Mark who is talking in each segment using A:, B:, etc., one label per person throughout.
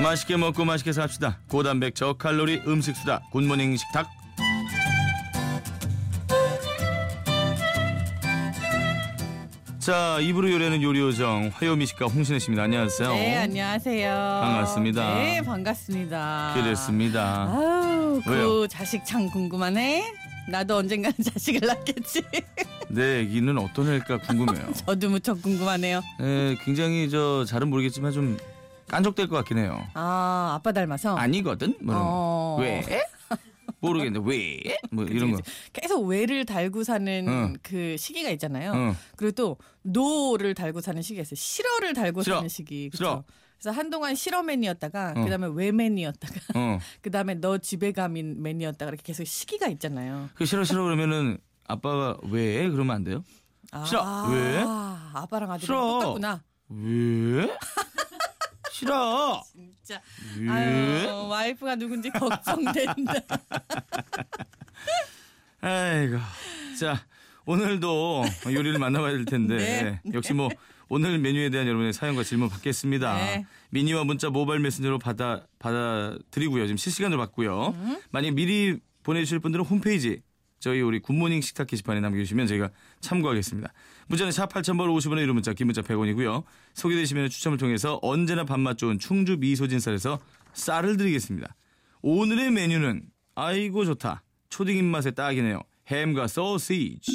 A: 맛있게 먹고 맛있게 삽시다. 고단백 저칼로리 음식 수다. 굿모닝 식탁. 자, 입으로 요리하는 요리 요정 화요미 식가 홍신혜 씨입니다. 안녕하세요.
B: 네, 안녕하세요.
A: 반갑습니다.
B: 네, 반갑습니다.
A: 기대했습니다.
B: 아우,
A: 왜요?
B: 그 자식 참 궁금하네. 나도 언젠가는 자식을 낳겠지.
A: 내 애기는 네, 어떤 애일까 궁금해요.
B: 저도 무척 궁금하네요.
A: 에, 굉장히 저 잘은 모르겠지만 좀 깐족될 것 같긴 해요.
B: 아, 아빠 닮아서.
A: 아니거든. 뭐 이런 거.
B: 어.
A: 왜? 모르겠는데 왜? 뭐
B: 그치,
A: 이런 거.
B: 그치. 계속 외를 달고 사는
A: 응.
B: 그 시기가 있잖아요.
A: 응.
B: 그리고 또 노를 달고 사는 시기가 있어요. 실어를 달고
A: 실어.
B: 사는 시기. 그쵸?
A: 실어.
B: 그래서 한동안 실어맨이었다가
A: 응.
B: 그다음에 외맨이었다가
A: 어.
B: 그다음에 너 집에 가민 맨이었다가 이렇게 계속 시기가 있잖아요.
A: 그 싫어 싫어 그러면은 아빠가 왜 그러면 안 돼요?
B: 아,
A: 싫어. 왜?
B: 아빠랑 아들이
A: 싫어.
B: 똑같구나.
A: 왜? 싫어.
B: 진짜.
A: 왜?
B: 아유, 와이프가 누군지 걱정된다.
A: 아이고. 자, 오늘도 요리를 만나봐야 될 텐데
B: 네.
A: 역시 뭐 오늘 메뉴에 대한 여러분의 사연과 질문 받겠습니다.
B: 네.
A: 미니와 문자 모바일 메신저로 받아 받아 드리고요. 지금 실시간으로 받고요. 만약 미리 보내주실 분들은 홈페이지 저희 우리 굿모닝 식탁 게시판에 남겨주시면 저희가 참고하겠습니다. 문자는 샵 8000번 50원의 이름 문자 긴 문자 100원이고요. 소개되시면 추첨을 통해서 언제나 밥맛 좋은 충주 미소진 쌀에서 쌀을 드리겠습니다. 오늘의 메뉴는 아이고 좋다. 초딩 입맛에 딱이네요. 햄과 소시지.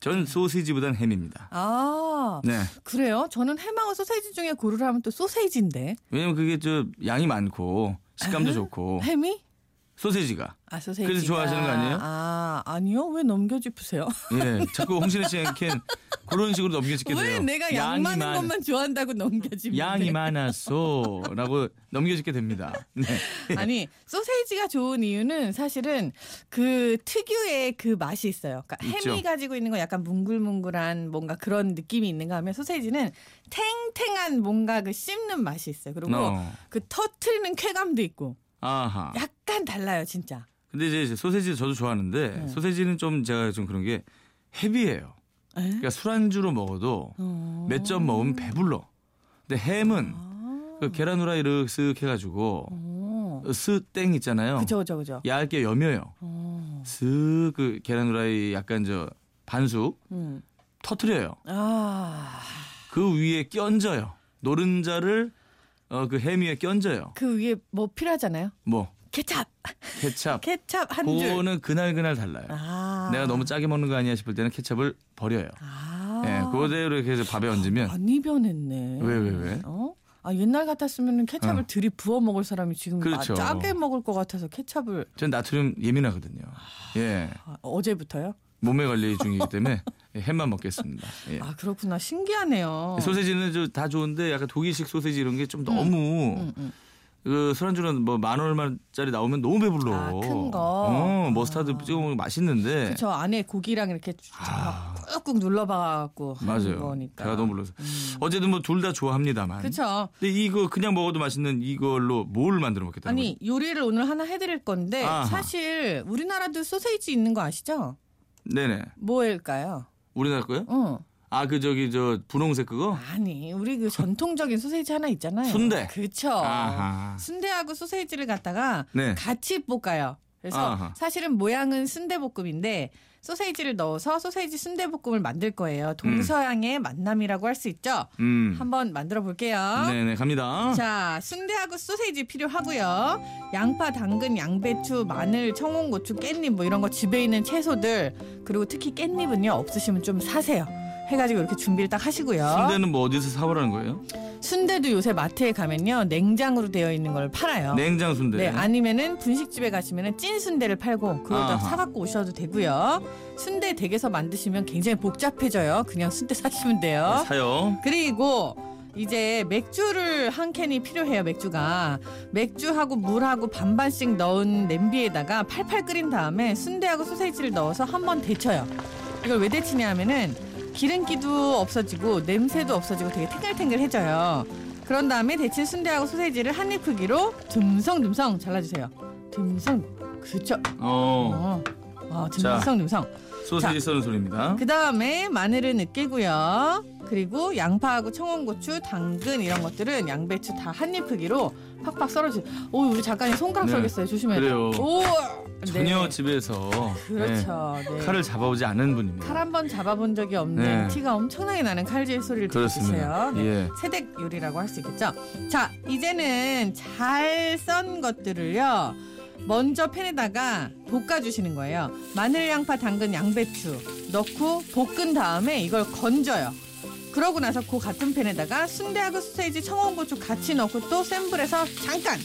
A: 전 소시지보단 햄입니다.
B: 아,
A: 네.
B: 그래요? 저는 해망어 소세지 중에 고르라면 또 소세지인데.
A: 왜냐면 그게 저 양이 많고 식감도 좋고
B: 햄이?
A: 소세지가
B: 아, 소세지.
A: 뭐? 그래서 좋아하시는 거 아니에요?
B: 아, 아니요. 왜 넘겨짚으세요?
A: 예 자꾸 홍신혜 씨한텐 그런 식으로 넘겨짓게 돼요.
B: 왜 내가 양
A: 양이
B: 많은
A: 많아-
B: 것만 좋아한다고 넘겨짚는
A: 양이 많았어라고 넘겨짓게 됩니다. 네.
B: 아니 소세지가 좋은 이유는 사실은 그 특유의 그 맛이 있어요. 그러니까 햄이
A: 있죠.
B: 가지고 있는 건 약간 뭉글뭉글한 뭔가 그런 느낌이 있는가 하면 소세지는 탱탱한 뭔가 그 씹는 맛이 있어요. 그리고
A: 어.
B: 그 터트리는 쾌감도 있고
A: 아하.
B: 약간 달라요 진짜.
A: 근데 이제- 이제 소세지 저도 좋아하는데
B: 네.
A: 소세지는 좀 제가 좀 그런 게 헤비해요. 그러니까 술안주로 먹어도 몇 점 먹으면 배불러. 근데 햄은
B: 어.
A: 그 계란 후라이 쓱 해가지고 스땡 있잖아요.
B: 그죠 그죠 그죠.
A: 얇게 여며요.
B: 어.
A: 쓱그 계란 후라이 약간 저 반숙
B: 음.
A: 터트려요.
B: 아.
A: 그 위에 끼얹어요. 노른자를 어 그 햄 위에 끼얹어요.
B: 그 위에 뭐 필요하잖아요.
A: 뭐
B: 케찹,
A: 케찹.
B: 케찹 한 줄.
A: 그거는 그날 그날 달라요.
B: 아.
A: 내가 너무 짜게 먹는 거 아니야 싶을 때는 케찹을 버려요.
B: 아.
A: 예, 그대로 이렇게 해서 밥에 얹으면
B: 많이 변했네.
A: 네. 왜, 왜, 왜?
B: 어? 아 옛날 같았으면 케찹을
A: 어.
B: 들이 부어 먹을 사람이 지금 마-
A: 그렇죠.
B: 짜게 먹을 것 같아서 케찹을
A: 전 나트륨 예민하거든요. 예,
B: 아, 어제부터요?
A: 몸매 관리 중이기 때문에 예, 햄만 먹겠습니다. 예.
B: 아 그렇구나 신기하네요.
A: 소세지는 저 다 좋은데 약간 독일식 소세지 이런 게 좀 너무
B: 음, 음.
A: 그 술안주는 뭐 만 얼마짜리 나오면 너무 배불러.
B: 아, 큰 거.
A: 어,
B: 아.
A: 머스타드 찍어 먹으면 맛있는데.
B: 그쵸 안에 고기랑 이렇게 쭉
A: 네. 아.
B: 꾹꾹 눌러봐갖고 하는
A: 맞아요.
B: 거니까. 음.
A: 배가 너무 불러서. 어쨌든 뭐 둘 다 좋아합니다만.
B: 그쵸.
A: 근데 이거 그냥 먹어도 맛있는 이걸로 뭘 만들어 먹겠다는
B: 아니 요리를 오늘 하나 해드릴 건데
A: 아하.
B: 사실 우리나라도 소세지 있는 거 아시죠?
A: 거죠? 네네.
B: 뭐일까요?
A: 우리나라 거요?
B: 응.
A: 아 그 저기 저 분홍색 그거?
B: 아니 우리 그 전통적인 소세지 하나 있잖아요.
A: 순대.
B: 그쵸.
A: 아하.
B: 순대하고 소세지를 갖다가
A: 네.
B: 같이 볶아요. 그래서
A: 아하.
B: 사실은 모양은 순대볶음인데 소세지를 넣어서 소세지 순대볶음을 만들 거예요. 동서양의 만남이라고 할 수 있죠.
A: 음.
B: 한번 만들어 볼게요.
A: 네네 갑니다.
B: 자, 순대하고 소세지 필요하고요. 양파, 당근, 양배추, 마늘, 청홍, 고추, 깻잎 뭐 이런 거 집에 있는 채소들 그리고 특히 깻잎은요 없으시면 좀 사세요. 해가지고 이렇게 준비를 딱 하시고요.
A: 순대는 뭐 어디서 사오라는 거예요?
B: 순대도 요새 마트에 가면요 냉장으로 되어 있는 걸 팔아요.
A: 냉장 순대.
B: 네, 아니면은 분식집에 가시면은 찐 순대를 팔고 그걸 다
A: 아하.
B: 사갖고 오셔도 되고요. 순대 댁에서 만드시면 굉장히 복잡해져요. 그냥 순대 사시면 돼요.
A: 네, 사요.
B: 그리고 이제 맥주를 한 캔이 필요해요. 맥주가 맥주하고 물하고 반반씩 넣은 냄비에다가 팔팔 끓인 다음에 순대하고 소세지를 넣어서 한번 데쳐요. 이걸 왜 데치냐 하면은 기름기도 없어지고 냄새도 없어지고 되게 탱글탱글해져요. 그런 다음에 데친 순대하고 소세지를 한 입 크기로 듬성듬성 잘라주세요. 듬성 그쵸?
A: 어.
B: 어, 아,
A: 자.
B: 듬성듬성.
A: 소세지 써는 소리입니다.
B: 그 다음에 마늘은 으깨고요. 그리고 양파하고 청원고추, 당근 이런 것들은 양배추 다 한입 크기로 팍팍 썰어주. 오 우리 작가님 손가락
A: 네.
B: 썰겠어요. 조심해야 돼요.
A: 그래요.
B: 오
A: 전혀
B: 네.
A: 집에서
B: 그렇죠.
A: 네,
B: 네.
A: 칼을 잡아오지 않은 분입니다.
B: 칼 한 번 잡아본 적이 없는
A: 네.
B: 티가 엄청나게 나는 칼질 소리를
A: 예, 그렇습니다.
B: 들으세요. 네.
A: 예.
B: 세댁 요리라고 할 수 있겠죠. 자, 이제는 잘 썬 것들을요. 먼저 팬에다가 볶아주시는 거예요. 마늘, 양파, 당근, 양배추 넣고 볶은 다음에 이걸 건져요. 그러고 나서 그 같은 팬에다가 순대하고 소세지, 청원고추 같이 넣고 또 센 불에서 잠깐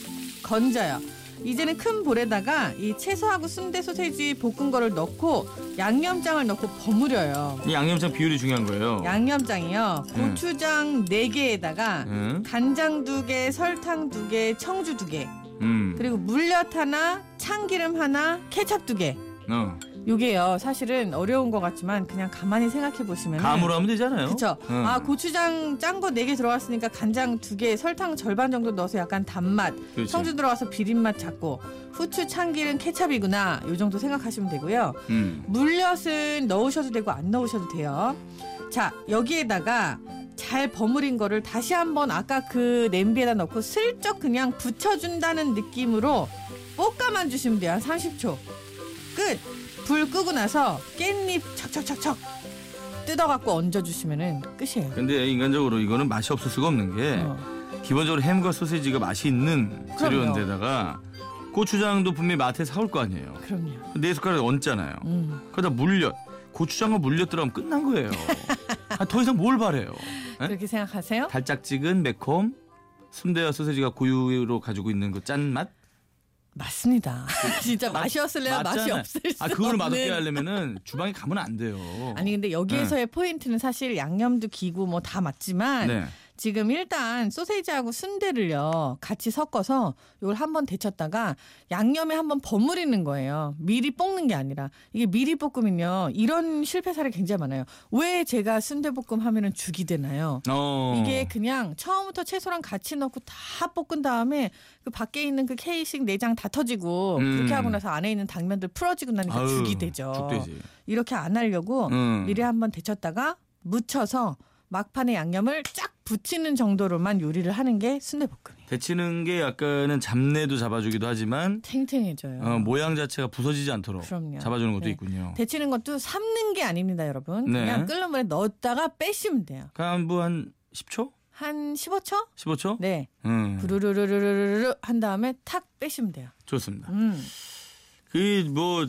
B: 건져요. 이제는 큰 볼에다가 이 채소하고 순대 소세지 볶은 거를 넣고 양념장을 넣고 버무려요.
A: 이 양념장 비율이 중요한 거예요.
B: 양념장이요. 고추장 네개에다가
A: 음,
B: 간장 두개 설탕 두개 청주 두개
A: 음,
B: 그리고 물엿 하나, 참기름 하나, 케찹 두개
A: 어.
B: 요게요. 사실은 어려운 것 같지만 그냥 가만히 생각해 보시면
A: 감으로 하면 되잖아요.
B: 네. 그쵸.
A: 음.
B: 아 고추장 짠 거 네 개 들어갔으니까 간장 두 개, 설탕 절반 정도 넣어서 약간 단맛,
A: 그렇죠.
B: 청주 들어가서 비린맛 잡고 후추, 참기름, 케찹이구나 요 정도 생각하시면 되고요.
A: 음.
B: 물엿은 넣으셔도 되고 안 넣으셔도 돼요. 자, 여기에다가 잘 버무린 거를 다시 한번 아까 그 냄비에다 넣고 슬쩍 그냥 붙여준다는 느낌으로 볶아만 주시면 돼요. 한 30초. 끝! 불 끄고 나서 깻잎 척척척척 뜯어갖고 얹어주시면 끝이에요.
A: 근데 인간적으로 이거는 맛이 없을 수가 없는 게
B: 어.
A: 기본적으로 햄과 소시지가 맛이 있는 재료인데다가 고추장도 분명히 마트에 사올 거 아니에요.
B: 그럼요.
A: 네 숟가락 얹잖아요.
B: 음.
A: 그러다 물엿, 고추장과 물엿 들어가면 끝난 거예요. 아, 더 이상 뭘 바래요? 에?
B: 그렇게 생각하세요?
A: 달짝지근 매콤 순대와 소세지가 고유로 가지고 있는 그 짠맛
B: 맞습니다. 진짜 맛이 없을래야 맛이
A: 맞잖아요.
B: 없을 수
A: 아 그걸
B: 없는
A: 맛없게 하려면은 주방에 가면 안 돼요.
B: 네. 아니 근데 여기에서의 포인트는 사실 양념도 기고 뭐 다 맞지만
A: 네.
B: 지금 일단 소세지하고 순대를요 같이 섞어서 이걸 한번 데쳤다가 양념에 한번 버무리는 거예요. 미리 볶는 게 아니라 이게 미리 볶으면요 이런 실패 사례 굉장히 많아요. 왜 제가 순대 볶음 하면은 죽이 되나요?
A: 어.
B: 이게 그냥 처음부터 채소랑 같이 넣고 다 볶은 다음에 그 밖에 있는 그 케이식 내장 다 터지고
A: 음.
B: 그렇게 하고 나서 안에 있는 당면들 풀어지고 나니까
A: 아유,
B: 그러니까 죽이 되죠.
A: 죽되지.
B: 이렇게 안 하려고
A: 음.
B: 미리 한번 데쳤다가 무쳐서 막판에 양념을 쫙 붙이는 정도로만 요리를 하는 게 순대볶음이에요.
A: 데치는 게 약간은 잡내도 잡아주기도 하지만
B: 탱탱해져요.
A: 어, 모양 자체가 부서지지 않도록
B: 음. 그럼요.
A: 잡아주는 것도
B: 네.
A: 있군요.
B: 데치는 것도 삶는 게 아닙니다, 여러분.
A: 네.
B: 그냥 끓는 물에 넣었다가 빼시면 돼요.
A: 간부 뭐 한 10초?
B: 한 15초?
A: 15초?
B: 네.
A: 음,
B: 부르르르르르르 한 다음에 탁 빼시면 돼요.
A: 좋습니다.
B: 음.
A: 그 뭐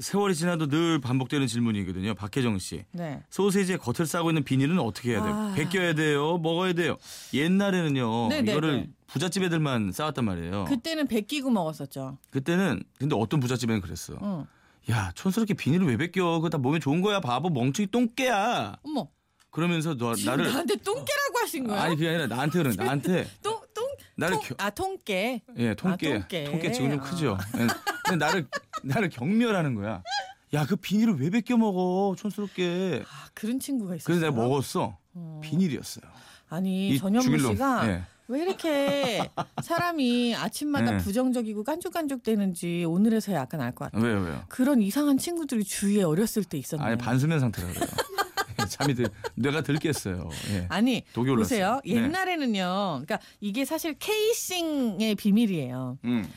A: 세월이 지나도 늘 반복되는 질문이거든요. 박혜정 씨.
B: 네.
A: 소세지에 겉을 싸고 있는 비닐은 어떻게 해야 돼요?
B: 아.
A: 벗겨야 돼요? 먹어야 돼요? 옛날에는요.
B: 네, 네,
A: 이거를
B: 네.
A: 부잣집 애들만 싸왔단 말이에요.
B: 그때는 베끼고 먹었었죠.
A: 그... 때는 근데 어떤 부잣집에는 그랬어.
B: 응.
A: 야 촌스럽게 비닐을 왜 벗겨? 그거 다 몸에 좋은 거야 바보 멍청이 똥개야.
B: 어머,
A: 그러면서 너
B: 지금
A: 나를
B: 나한테 똥개라고 하신 거예요?
A: 아니 그게 아니라 나한테 그런 나한테
B: 똥, 똥,
A: 나를
B: 통,
A: 겨-
B: 아, 통깨.
A: 예 통깨
B: 아, 통깨.
A: 지금 좀
B: 아.
A: 크죠. 예. 근데 나를 나를 경멸하는 거야. 야 그 비닐을 왜 벗겨 먹어 촌스럽게.
B: 아, 그런 친구가 있었어요.
A: 그래서 내가 먹었어.
B: 어.
A: 비닐이었어요.
B: 아니
A: 이
B: 전현무
A: 죽일놈.
B: 씨가
A: 예.
B: 왜 이렇게 사람이 아침마다
A: 네.
B: 부정적이고 깐죽깐죽대는지 오늘에서야 약간 알 것 같아요.
A: 왜요 왜요?
B: 그런 이상한 친구들이 주위에 어렸을 때 있었네요.
A: 아니 반수면 상태라 그래요. 예, 잠이 들 뇌가 들겠어요. 예.
B: 아니,
A: 독이 올랐어요.
B: 보세요.
A: 네.
B: 옛날에는요. 그러니까 이게 사실 케이싱의 비밀이에요.
A: 음.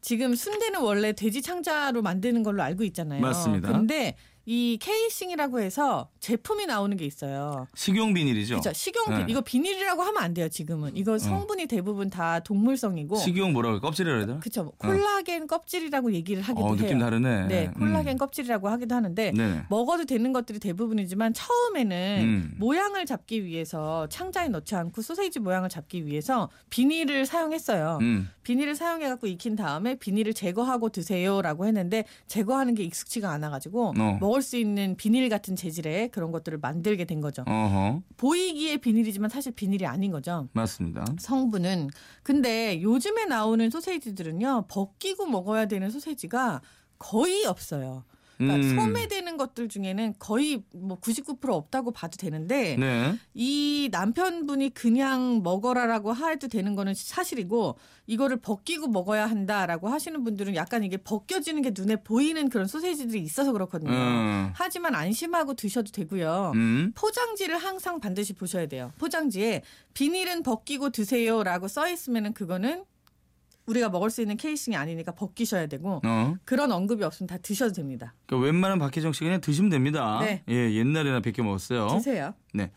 B: 지금 순대는 원래 돼지 창자로 만드는 걸로 알고 있잖아요.
A: 맞습니다.
B: 근데 이 케이싱이라고 해서 제품이 나오는 게 있어요.
A: 식용 비닐이죠.
B: 그렇죠. 식용 비-
A: 네. 음.
B: 이거 비닐이라고 하면 안 돼요. 지금은 이거 성분이 대부분 다 동물성이고
A: 식용 뭐라고 껍질이라 해야 되나?
B: 그렇죠. 콜라겐 껍질이라고 얘기를 하기도
A: 어
B: 해요.
A: 느낌 다르네.
B: 네, 콜라겐
A: 음.
B: 껍질이라고 하기도 하는데
A: 네네.
B: 먹어도 되는 것들이 대부분이지만 처음에는
A: 음.
B: 모양을 잡기 위해서 창자에 넣지 않고 소세지 모양을 잡기 위해서 비닐을 사용했어요.
A: 음.
B: 비닐을 사용해 갖고 익힌 다음에 비닐을 제거하고 드세요라고 했는데 제거하는 게 익숙지가 않아 가지고
A: 어.
B: 먹을 수 있는 비닐 같은 재질의 그런 것들을 만들게 된 거죠.
A: 어허
B: 보이기에 비닐이지만 사실 비닐이 아닌 거죠.
A: 맞습니다.
B: 성분은 근데 요즘에 나오는 소세지들은요 벗기고 먹어야 되는 소세지가 거의 없어요. 그러니까
A: 음.
B: 소매되는 것들 중에는 거의 뭐 99% 없다고 봐도 되는데
A: 네.
B: 이 남편분이 그냥 먹어라라고 해도 되는 거는 사실이고 이거를 벗기고 먹어야 한다라고 하시는 분들은 약간 이게 벗겨지는 게 눈에 보이는 그런 소세지들이 있어서 그렇거든요.
A: 음.
B: 하지만 안심하고 드셔도 되고요.
A: 음.
B: 포장지를 항상 반드시 보셔야 돼요. 포장지에 비닐은 벗기고 드세요라고 써 있으면은 그거는 우리가 먹을 수 있는 케이싱이 아니니까 벗기셔야 되고
A: 어.
B: 그런 언급이 없으면 다 드셔도 됩니다.
A: 그러니까 웬만한 박혜정 씨 그냥 드시면 됩니다.
B: 네.
A: 예, 옛날에나 베껴 먹었어요.
B: 드세요. 음.
A: 네.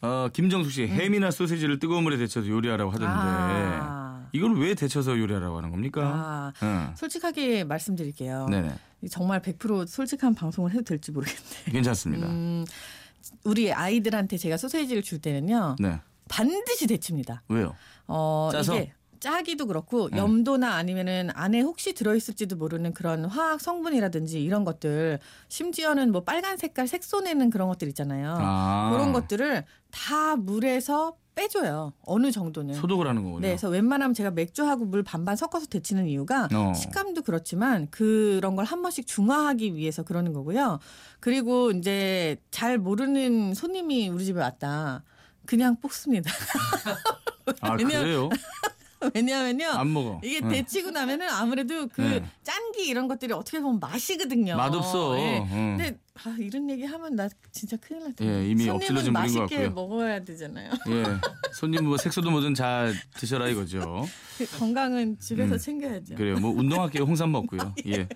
A: 어, 김정숙 씨 햄이나 소시지를 뜨거운 물에 데쳐서 요리하라고 하던데
B: 아.
A: 이걸 왜 데쳐서 요리하라고 하는 겁니까?
B: 아, 그렇죠.
A: 응.
B: 솔직하게 말씀드릴게요.
A: 그러니까. 네네.
B: 정말 100% 솔직한 방송을 해도 될지 모르겠네.
A: 괜찮습니다.
B: 음, 우리 아이들한테 제가 소세지를 줄 때는요.
A: 네.
B: 반드시 데칩니다.
A: 왜요?
B: 어,
A: 짜서? 음.
B: 이게 짜기도 그렇고 염도나 아니면은 안에 혹시 들어있을지도 모르는 그런 화학 성분이라든지 이런 것들 심지어는 뭐 빨간 색깔 색소내는 어. 그런 것들 있잖아요.
A: 아.
B: 그런 것들을 다 물에서 빼줘요. 어느 정도는.
A: 소독을 하는 거군요.
B: 네, 그래서 웬만하면 제가 맥주하고 물 반반 섞어서 데치는 이유가
A: 어.
B: 식감도 그렇지만 그런 걸 한 번씩 중화하기 위해서 그러는 거고요. 그리고 이제 잘 모르는 손님이 우리 집에 왔다. 그냥 뽑습니다.
A: 아,
B: 왜냐면-
A: 그래요?
B: 왜냐하면요.
A: 안 먹어.
B: 이게
A: 응.
B: 데치고 나면은 아무래도 그
A: 네.
B: 짠기 이런 것들이 어떻게 보면 맛이거든요.
A: 맛없어. 음,
B: 예.
A: 응.
B: 근데 아, 이런 얘기 하면 나 진짜 큰일 날 텐데.
A: 예, 이미
B: 손님은
A: 엎질러진 분인 것
B: 맛있게
A: 같고요.
B: 먹어야 되잖아요.
A: 예. 손님 뭐 색소도 뭐든 잘 드셔라 이거죠.
B: 그 건강은 집에서
A: 음.
B: 챙겨야죠.
A: 그래요. 뭐 운동할게요. 홍삼 먹고요.
B: 네.
A: 예.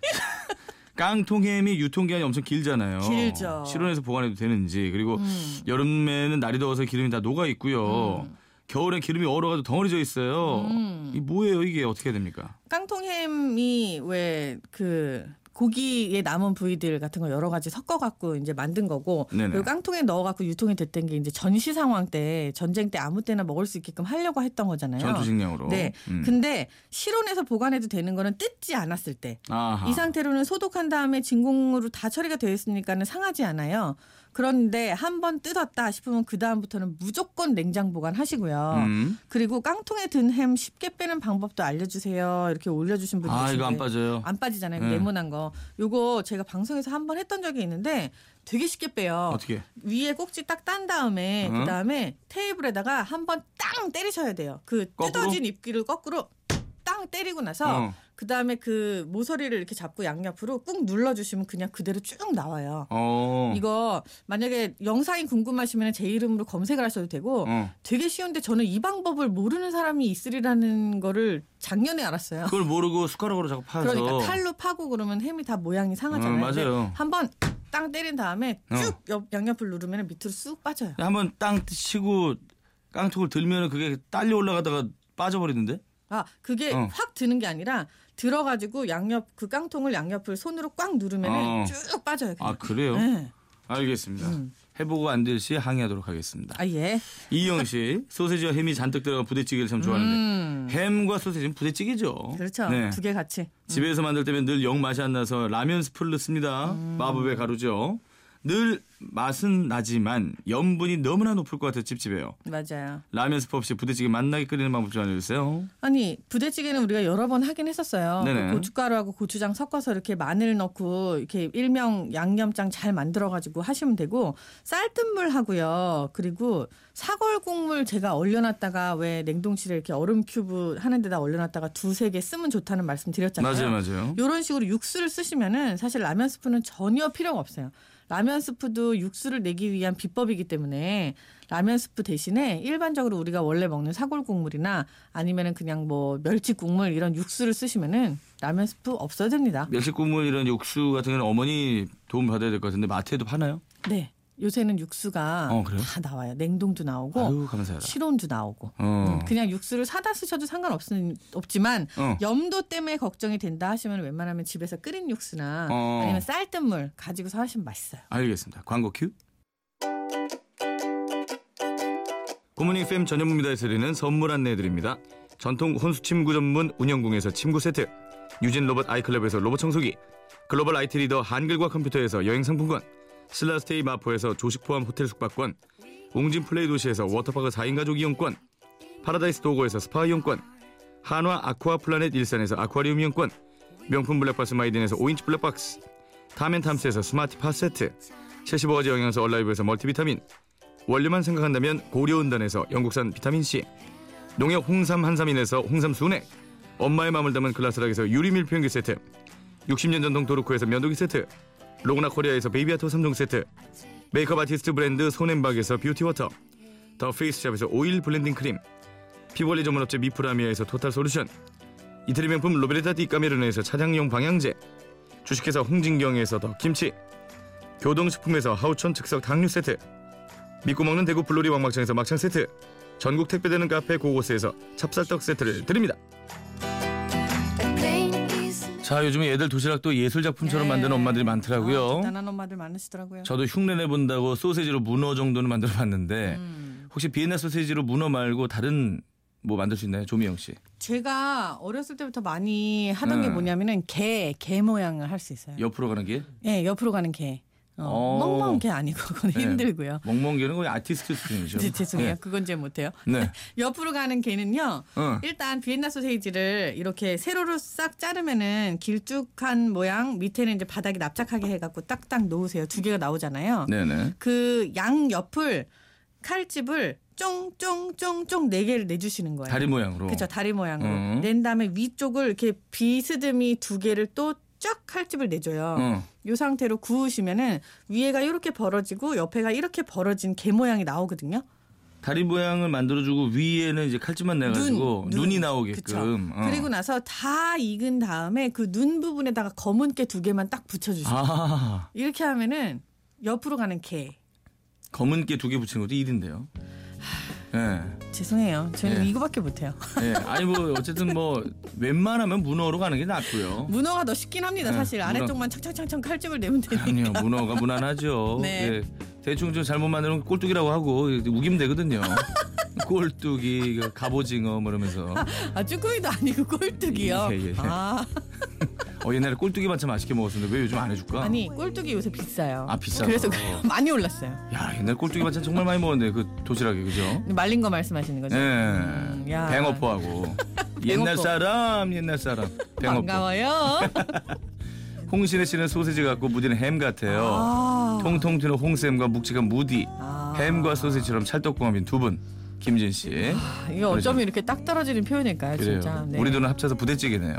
A: 깡통햄이 유통기한이 엄청 길잖아요.
B: 길죠.
A: 실온에서 보관해도 되는지 그리고
B: 음.
A: 여름에는 날이 더워서 기름이 다 녹아 있고요.
B: 음.
A: 겨울엔 기름이 얼어가지고 덩어리져 있어요.
B: 음.
A: 이 뭐예요 이게 어떻게 해야 됩니까?
B: 깡통햄이 왜 그 고기에 남은 부위들 같은 거 여러 가지 섞어 갖고 이제 만든 거고
A: 네네.
B: 그리고 깡통에 넣어 갖고 유통이 됐던 게 이제 전시 상황 때 전쟁 때 아무 때나 먹을 수 있게끔 하려고 했던 거잖아요.
A: 전투식량으로.
B: 네.
A: 음.
B: 근데 실온에서 보관해도 되는 거는 뜯지 않았을 때.
A: 아하.
B: 이 상태로는 소독한 다음에 진공으로 다 처리가 되어 있으니까는 상하지 않아요. 그런데 한 번 뜯었다 싶으면 그 다음부터는 무조건 냉장 보관하시고요.
A: 음.
B: 그리고 깡통에 든 햄 쉽게 빼는 방법도 알려주세요. 이렇게 올려주신 분이
A: 아 이거 안
B: 계신데
A: 빠져요.
B: 안 빠지잖아요.
A: 네.
B: 네모난 거. 요거 제가 방송에서 한 번 했던 적이 있는데 되게 쉽게 빼요.
A: 어떻게?
B: 위에 꼭지 딱 딴 다음에
A: 응?
B: 그 다음에 테이블에다가 한 번 땅 때리셔야 돼요. 그
A: 거꾸로?
B: 뜯어진 입기를 거꾸로 땅 때리고 나서
A: 어.
B: 그 다음에 그 모서리를 이렇게 잡고 양옆으로 꾹 눌러주시면 그냥 그대로 쭉 나와요.
A: 어.
B: 이거 만약에 영상이 궁금하시면 제 이름으로 검색을 하셔도 되고
A: 어.
B: 되게 쉬운데 저는 이 방법을 모르는 사람이 있으리라는 거를 작년에 알았어요.
A: 그걸 모르고 숟가락으로 자꾸 파서.
B: 그러니까 탈로 파고 그러면 햄이 다 모양이 상하잖아요.
A: 음, 맞아요.
B: 한번 땅 때린 다음에
A: 어.
B: 쭉 옆- 양옆을 누르면 밑으로 쑥 빠져요.
A: 한번 땅 치고 깡통을 들면은 그게 딸려 올라가다가 빠져버리는데?
B: 아 그게
A: 어.
B: 확 드는 게 아니라 들어가지고 양옆 그 깡통을 양옆을 손으로 꽉 누르면
A: 어.
B: 쭉 빠져요. 그냥.
A: 아 그래요?
B: 네.
A: 알겠습니다.
B: 음.
A: 해보고 안 될 시 항의하도록 하겠습니다.
B: 아 예.
A: 이영 씨 소세지와 햄이 잔뜩 들어간 부대찌개를 참 좋아하는데
B: 음.
A: 햄과 소세지는 부대찌개죠. 음.
B: 그렇죠.
A: 네.
B: 두 개 같이.
A: 집에서 만들 때면 늘 영 맛이 안 나서 라면 스프를 씁니다. 마법의 가루죠. 늘 맛은 나지만 염분이 너무나 높을 것 같아 찝찝해요.
B: 맞아요.
A: 라면 스프 없이 부대찌개 맛나게 끓이는 방법 좀 알려주세요.
B: 아니 부대찌개는 우리가 여러 번 하긴 했었어요.
A: 네네.
B: 그 고춧가루하고 고추장 섞어서 이렇게 마늘 넣고 이렇게 일명 양념장 잘 만들어가지고 하시면 되고 쌀뜨물 하고요. 그리고 사골 국물 제가 얼려놨다가 왜 냉동실에 이렇게 얼음 큐브 하는 데다 얼려놨다가 두세 개 쓰면 좋다는 말씀 드렸잖아요.
A: 맞아요, 맞아요.
B: 이런 식으로 육수를 쓰시면은 사실 라면 스프는 전혀 필요가 없어요. 라면 스프도 육수를 내기 위한 비법이기 때문에 라면 스프 대신에 일반적으로 우리가 원래 먹는 사골 국물이나 아니면은 그냥 뭐 멸치 국물 이런 육수를 쓰시면은 라면 스프 없어야 됩니다.
A: 멸치 국물 이런 육수 같은 경우는 어머니 도움 받아야 될 것 같은데 마트에도 파나요?
B: 네. 요새는 육수가
A: 어, 그래요?
B: 다 나와요. 냉동도 나오고
A: 아유 감사하다.
B: 실온도 나오고.
A: 어.
B: 어. 음, 그냥 육수를 사다 쓰셔도 상관없지만
A: 어.
B: 염도 때문에 걱정이 된다 하시면 웬만하면 집에서 끓인 육수나
A: 어.
B: 아니면 쌀뜨물 가지고서 하시면 맛있어요.
A: 알겠습니다. 광고 큐. 굿모닝 FM 전현무입니다에서 드리는 선물 안내드립니다. 전통 혼수 침구 전문 운영공에서 침구 세트, 유진 로봇 아이클럽에서 로봇 청소기, 글로벌 IT 리더 한글과 컴퓨터에서 여행 상품권, 신라스테이 마포에서 조식 포함 호텔 숙박권, 웅진 플레이 도시에서 워터파크 4인 가족 이용권, 파라다이스 도고에서 스파 이용권, 한화 아쿠아 플라넷 일산에서 아쿠아리움 이용권, 명품 블랙박스 마이딘에서 5인치 블랙박스, 타멘탐스에서 스마트 팟 세트 75가지 영양소 얼라이브에서 멀티비타민 원료만 생각한다면 고려은단에서 영국산 비타민C 농협 홍삼 한삼인에서 홍삼 순액 엄마의 마음을 담은 글라스락에서 유리 밀폐용기 세트 60년 전통 도르코에서 면도기 세트 로그나 코리아에서 베이비아토 3종 세트 메이크업 아티스트 브랜드 손앤박에서 뷰티워터 더 페이스샵에서 오일 블렌딩 크림 피부관리 전문업체 미프라미아에서 토탈 솔루션 이태리 명품 로베르타 디 까메르네에서 차량용 방향제 주식회사 홍진경에서 더 김치 교동식품에서 하우촌 즉석 당류 세트 믿고 먹는 대구 블로리 왕막창에서 막창 세트 전국 택배되는 카페 고고스에서 찹쌀떡 세트를 드립니다 자 요즘에 애들 도시락도 예술 작품처럼
B: 네.
A: 만드는 엄마들이 많더라고요
B: 아, 대단한 엄마들 많으시더라고요.
A: 저도 흉내 내본다고 소세지로 문어 정도는 만들어 봤는데
B: 음.
A: 혹시 비엔나 소세지로 문어 말고 다른 뭐 만들 수 있나요 조미영 씨
B: 제가 어렸을 때부터 많이 하던 게
A: 음.
B: 뭐냐면은 개, 개 모양을 할 수 있어요.
A: 옆으로 가는 길
B: 예, 옆으로 가는 개. 어,
A: 어.
B: 멍멍 개 아니고 그건
A: 네.
B: 힘들고요. 네,
A: 멍멍개는 거의 아티스트 수준이죠
B: 죄- 죄송해요.
A: 예.
B: 그건 제 못해요.
A: 네.
B: 옆으로 가는 개는요.
A: 어.
B: 일단 비엔나 소세지를 이렇게 세로로 싹 자르면은 길쭉한 모양 밑에는 이제 바닥이 납작하게 해갖고 딱딱 놓으세요. 두 개가 나오잖아요.
A: 네네.
B: 그 양 옆을 칼집을 쫑쫑쫑쫑 네 개를 내주시는 거예요.
A: 다리 모양으로.
B: 그렇죠 다리 모양으로
A: 음.
B: 낸 다음에 위쪽을 이렇게 비스듬히 두 개를 또 쫙 칼집을 내줘요.
A: 어.
B: 이 상태로 구우시면은 위에가 이렇게 벌어지고 옆에가 이렇게 벌어진 개 모양이 나오거든요.
A: 다리 모양을 만들어주고 위에는 이제 칼집만 내가지고
B: 눈,
A: 눈, 이
B: 눈.
A: 나오게끔. 어.
B: 그리고 나서 다 익은 다음에 그 눈 부분에다가 검은 깨 두 개만 딱 붙여주세요.
A: 아
B: 이렇게 하면은 옆으로 가는 개.
A: 검은 깨 두 개 붙인 것도 1인데요. 예.
B: 죄송해요. 저는
A: 예.
B: 이거밖에 못해요.
A: 예. 아니 뭐 어쨌든 뭐 웬만하면 문어로 가는 게 낫고요.
B: 문어가 더 쉽긴 합니다.
A: 예,
B: 사실 아래
A: 문어.
B: 쪽만 착착착착 칼집을 내면 되니.
A: 아니요 문어가 무난하죠.
B: 네.
A: 예. 대충 좀 잘못 만드는 건 꼴뚜기라고 하고 우기면 되거든요. 꼴뚜기, 그 갑오징어 뭐 이러면서
B: 아 쭈꾸미도 아니고 꼴뚜기요.
A: 예, 예, 예.
B: 아
A: 어 옛날에 꼴뚜기 반찬 맛있게 먹었었는데 왜 요즘 안 해줄까?
B: 아니 꼴뚜기 요새 비싸요.
A: 어. 아, 비싸요?
B: 그래서 그래요. 많이 올랐어요.
A: 야 옛날 꼴뚜기 반찬 정말 많이 먹었는데 그 도시락에 그죠?
B: 말린 거 말씀하시는 거죠? 음,
A: 예.
B: 야.
A: 네. 뱅어포하고 옛날
B: 뱅어포.
A: 사람 옛날 사람 뱅어포
B: 반가워요.
A: 홍신혜 씨는 소세지 같고 무디는 햄 같아요
B: 아.
A: 통통 튀는 홍쌤과 묵직한 무디
B: 아.
A: 햄과 소세지처럼 찰떡궁합인 두분 김진 씨
B: 아, 이거 어쩜 이렇게 딱 떨어지는 표현일까요,
A: 그래요
B: 진짜. 네.
A: 우리 돈은 합쳐서 부대찌개네요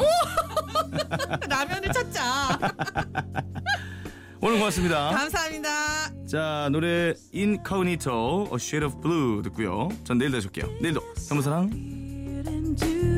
B: 라면을 찾자.
A: 오늘 고맙습니다
B: 감사합니다.
A: 자 노래 Incognito A Shade of Blue 듣고요 전 내일 다시 올게요 내일도 현무사랑
C: Into